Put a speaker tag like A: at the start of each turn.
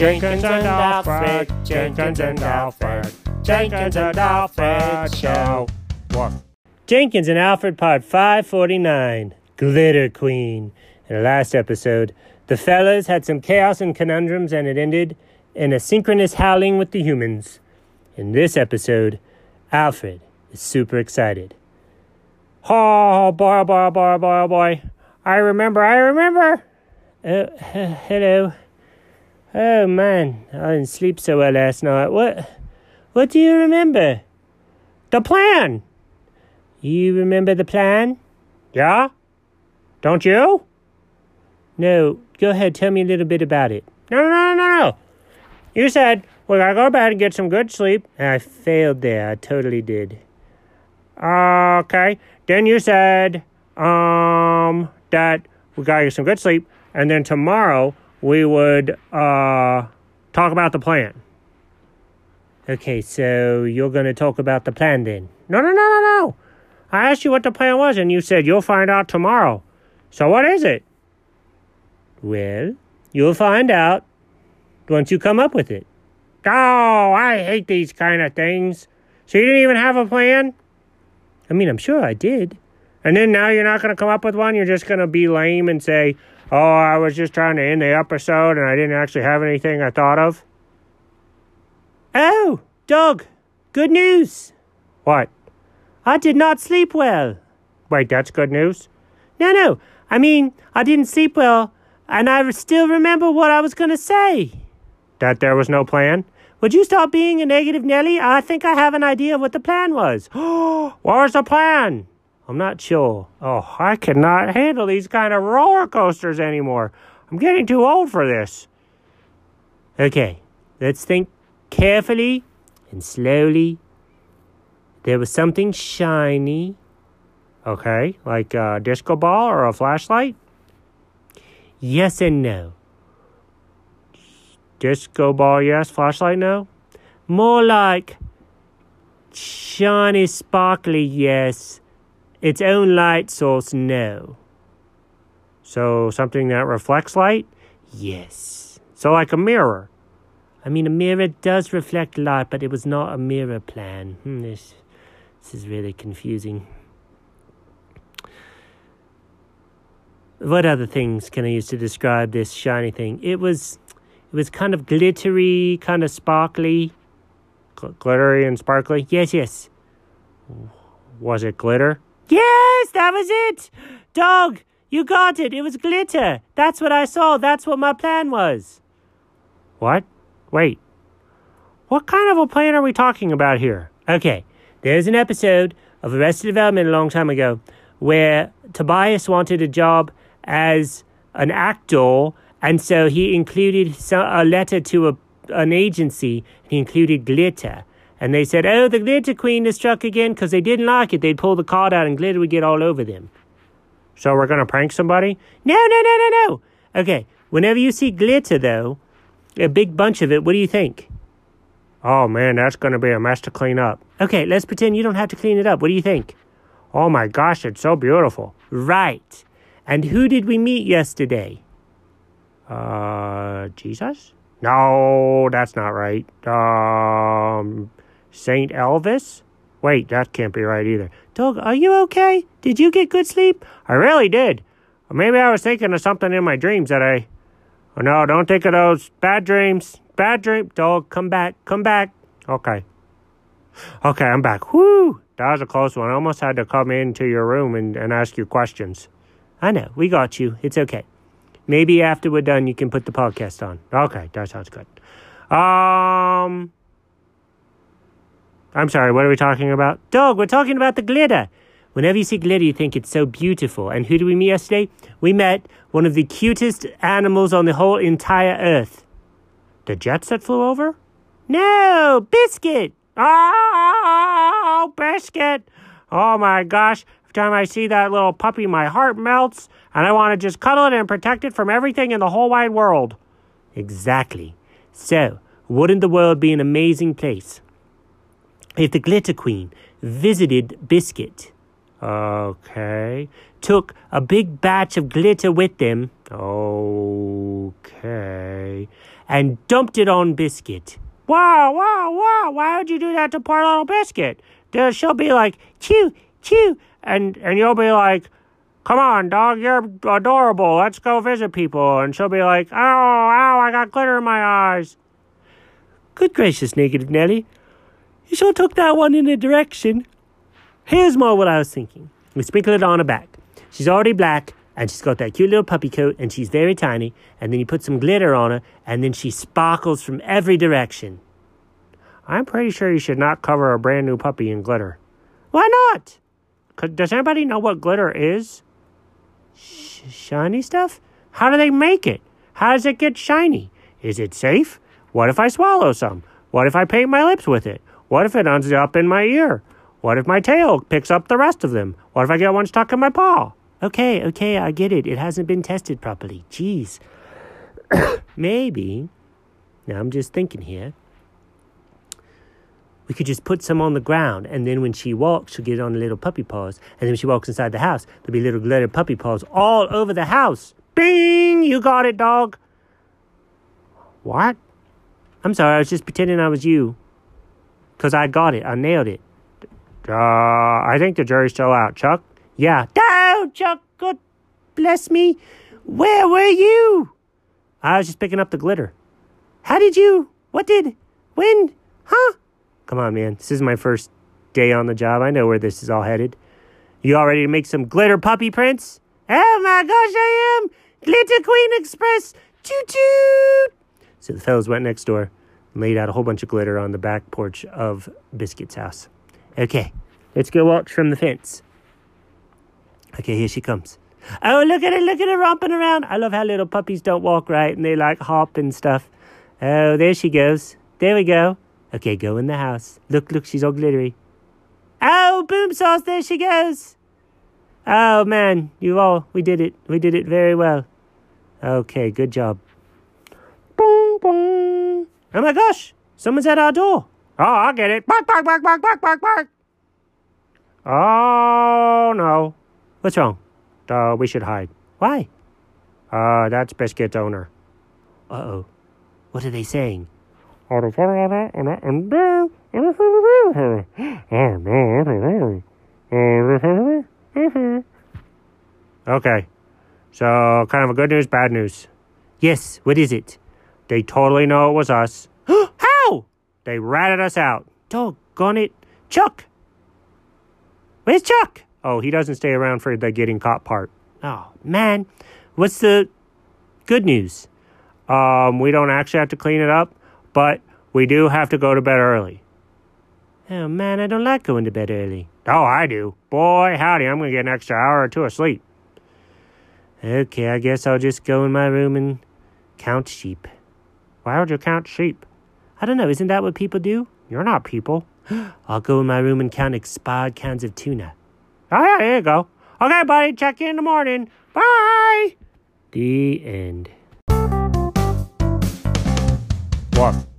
A: Jenkins and Alfred, Jenkins and Alfred, Jenkins and Alfred show. What? Jenkins and Alfred, part 549, Glitter Queen. In the last episode, the fellas had some chaos and conundrums, and it ended in a synchronous howling with the humans. In this episode, Alfred is super excited. Oh, boy, boy, boy, boy, oh boy. I remember, I remember. Oh, he- hello. Oh, man, I didn't sleep so well last night. What, what do you remember? The plan. You remember the plan? Yeah. Don't you? No, go ahead, tell me a little bit about it. No, no, no, no, no. You said, we gotta go to bed and get some good sleep. And I failed there, I totally did. Okay. Then you said, um, that we gotta get some good sleep, and then tomorrow we would, uh, talk about the plan. Okay, so you're gonna talk about the plan then? No, no, no, no, no. I asked you what the plan was, and you said you'll find out tomorrow. So what is it? Well, you'll find out once you come up with it. Oh, I hate these kind of things. So you didn't even have a plan? I mean, I'm sure I did. And then now you're not going to come up with one? You're just going to be lame and say, oh, I was just trying to end the episode and I didn't actually have anything I thought of? Oh, Doug, good news. What? I did not sleep well. Wait, that's good news? No, no. I mean, I didn't sleep well, and I still remember what I was going to say. That there was no plan? Would you stop being a negative Nelly? I think I have an idea of what the plan was. what was the plan? I'm not sure. Oh, I cannot handle these kind of roller coasters anymore. I'm getting too old for this. Okay, let's think carefully and slowly. There was something shiny. Okay, like a disco ball or a flashlight? Yes and no. Disco ball, yes. Flashlight, no. More like shiny, sparkly, yes. Its own light source, no. So something that reflects light? Yes. So, like a mirror. I mean, a mirror does reflect light, but it was not a mirror plan. Hmm, this, this is really confusing. What other things can I use to describe this shiny thing? It was, it was kind of glittery, kind of sparkly, Gl- glittery and sparkly. Yes, yes. Was it glitter? Yes, that was it. Dog, you got it. It was glitter. That's what I saw. That's what my plan was. What? Wait. What kind of a plan are we talking about here? Okay, there's an episode of Arrested Development a long time ago where Tobias wanted a job as an actor, and so he included so- a letter to a, an agency, and he included glitter. And they said, Oh, the glitter queen is struck again because they didn't like it. They'd pull the card out, and glitter would get all over them. So we're going to prank somebody? No, no, no, no, no. Okay, whenever you see glitter, though, a big bunch of it. What do you think? Oh man, that's going to be a mess to clean up. Okay, let's pretend you don't have to clean it up. What do you think? Oh my gosh, it's so beautiful. Right. And who did we meet yesterday? Uh, Jesus? No, that's not right. Um, Saint Elvis? Wait, that can't be right either. Doug, are you okay? Did you get good sleep? I really did. Or maybe I was thinking of something in my dreams that I Oh, no, don't think of those bad dreams. Bad dream, dog. Come back. Come back. Okay. Okay, I'm back. Whoo! That was a close one. I almost had to come into your room and, and ask you questions. I know. We got you. It's okay. Maybe after we're done, you can put the podcast on. Okay, that sounds good. Um. I'm sorry, what are we talking about? Dog, we're talking about the glitter. Whenever you see glitter, you think it's so beautiful. And who did we meet yesterday? We met one of the cutest animals on the whole entire earth. The jets that flew over? No, Biscuit! Oh, Biscuit! Oh my gosh, every time I see that little puppy, my heart melts, and I want to just cuddle it and protect it from everything in the whole wide world. Exactly. So, wouldn't the world be an amazing place? if the Glitter Queen visited Biscuit. Okay. Took a big batch of glitter with them. Okay. and dumped it on Biscuit. Wow, wow, wow, why would you do that to poor little Biscuit? Then she'll be like, chew, chew, and, and you'll be like, come on, dog, you're adorable, let's go visit people. And she'll be like, oh, ow, I got glitter in my eyes. Good gracious, Negative Nelly. You sure took that one in a direction. Here's more what I was thinking. We sprinkle it on her back. She's already black, and she's got that cute little puppy coat, and she's very tiny. And then you put some glitter on her, and then she sparkles from every direction. I'm pretty sure you should not cover a brand new puppy in glitter. Why not? Could, does anybody know what glitter is? Sh- shiny stuff? How do they make it? How does it get shiny? Is it safe? What if I swallow some? What if I paint my lips with it? What if it ends up in my ear? What if my tail picks up the rest of them? What if I get one stuck in my paw? Okay, okay, I get it. It hasn't been tested properly. Jeez. Maybe. Now I'm just thinking here. We could just put some on the ground, and then when she walks, she'll get on little puppy paws. And then when she walks inside the house, there'll be little glitter puppy paws all over the house. Bing! You got it, dog. What? I'm sorry, I was just pretending I was you. Because I got it. I nailed it. Uh, I think the jury's still out, Chuck. Yeah. No, Chuck, God bless me. Where were you? I was just picking up the glitter. How did you? What did? When? Huh? Come on, man. This is my first day on the job. I know where this is all headed. You all ready to make some glitter puppy prints? Oh my gosh, I am! Glitter Queen Express! Toot toot! So the fellows went next door and laid out a whole bunch of glitter on the back porch of Biscuit's house. Okay, let's go watch from the fence. Okay, here she comes. Oh, look at her, look at her romping around. I love how little puppies don't walk right and they like hop and stuff. Oh, there she goes. There we go. Okay, go in the house. Look, look, she's all glittery. Oh, boom sauce, there she goes. Oh, man, you all, we did it. We did it very well. Okay, good job. Boom, boom. Oh my gosh, someone's at our door. Oh, I get it. Bark, bark, bark, bark, bark, bark, bark. Oh no. What's wrong? Uh, we should hide. Why? Uh, that's Biscuit's owner. Uh oh. What are they saying? Oh no. Okay. So, kind of a good news, bad news. Yes, what is it? They totally know it was us. How? They ratted us out. Doggone it. Chuck! Where's Chuck? Oh, he doesn't stay around for the getting caught part. Oh, man. What's the good news? Um, we don't actually have to clean it up, but we do have to go to bed early. Oh, man, I don't like going to bed early. Oh, I do. Boy, howdy, I'm going to get an extra hour or two of sleep. Okay, I guess I'll just go in my room and count sheep. Why would you count sheep? I don't know. Isn't that what people do? You're not people. I'll go in my room and count expired cans of tuna. Oh, yeah, here you go. Okay, buddy, check you in the morning. Bye! The end. What?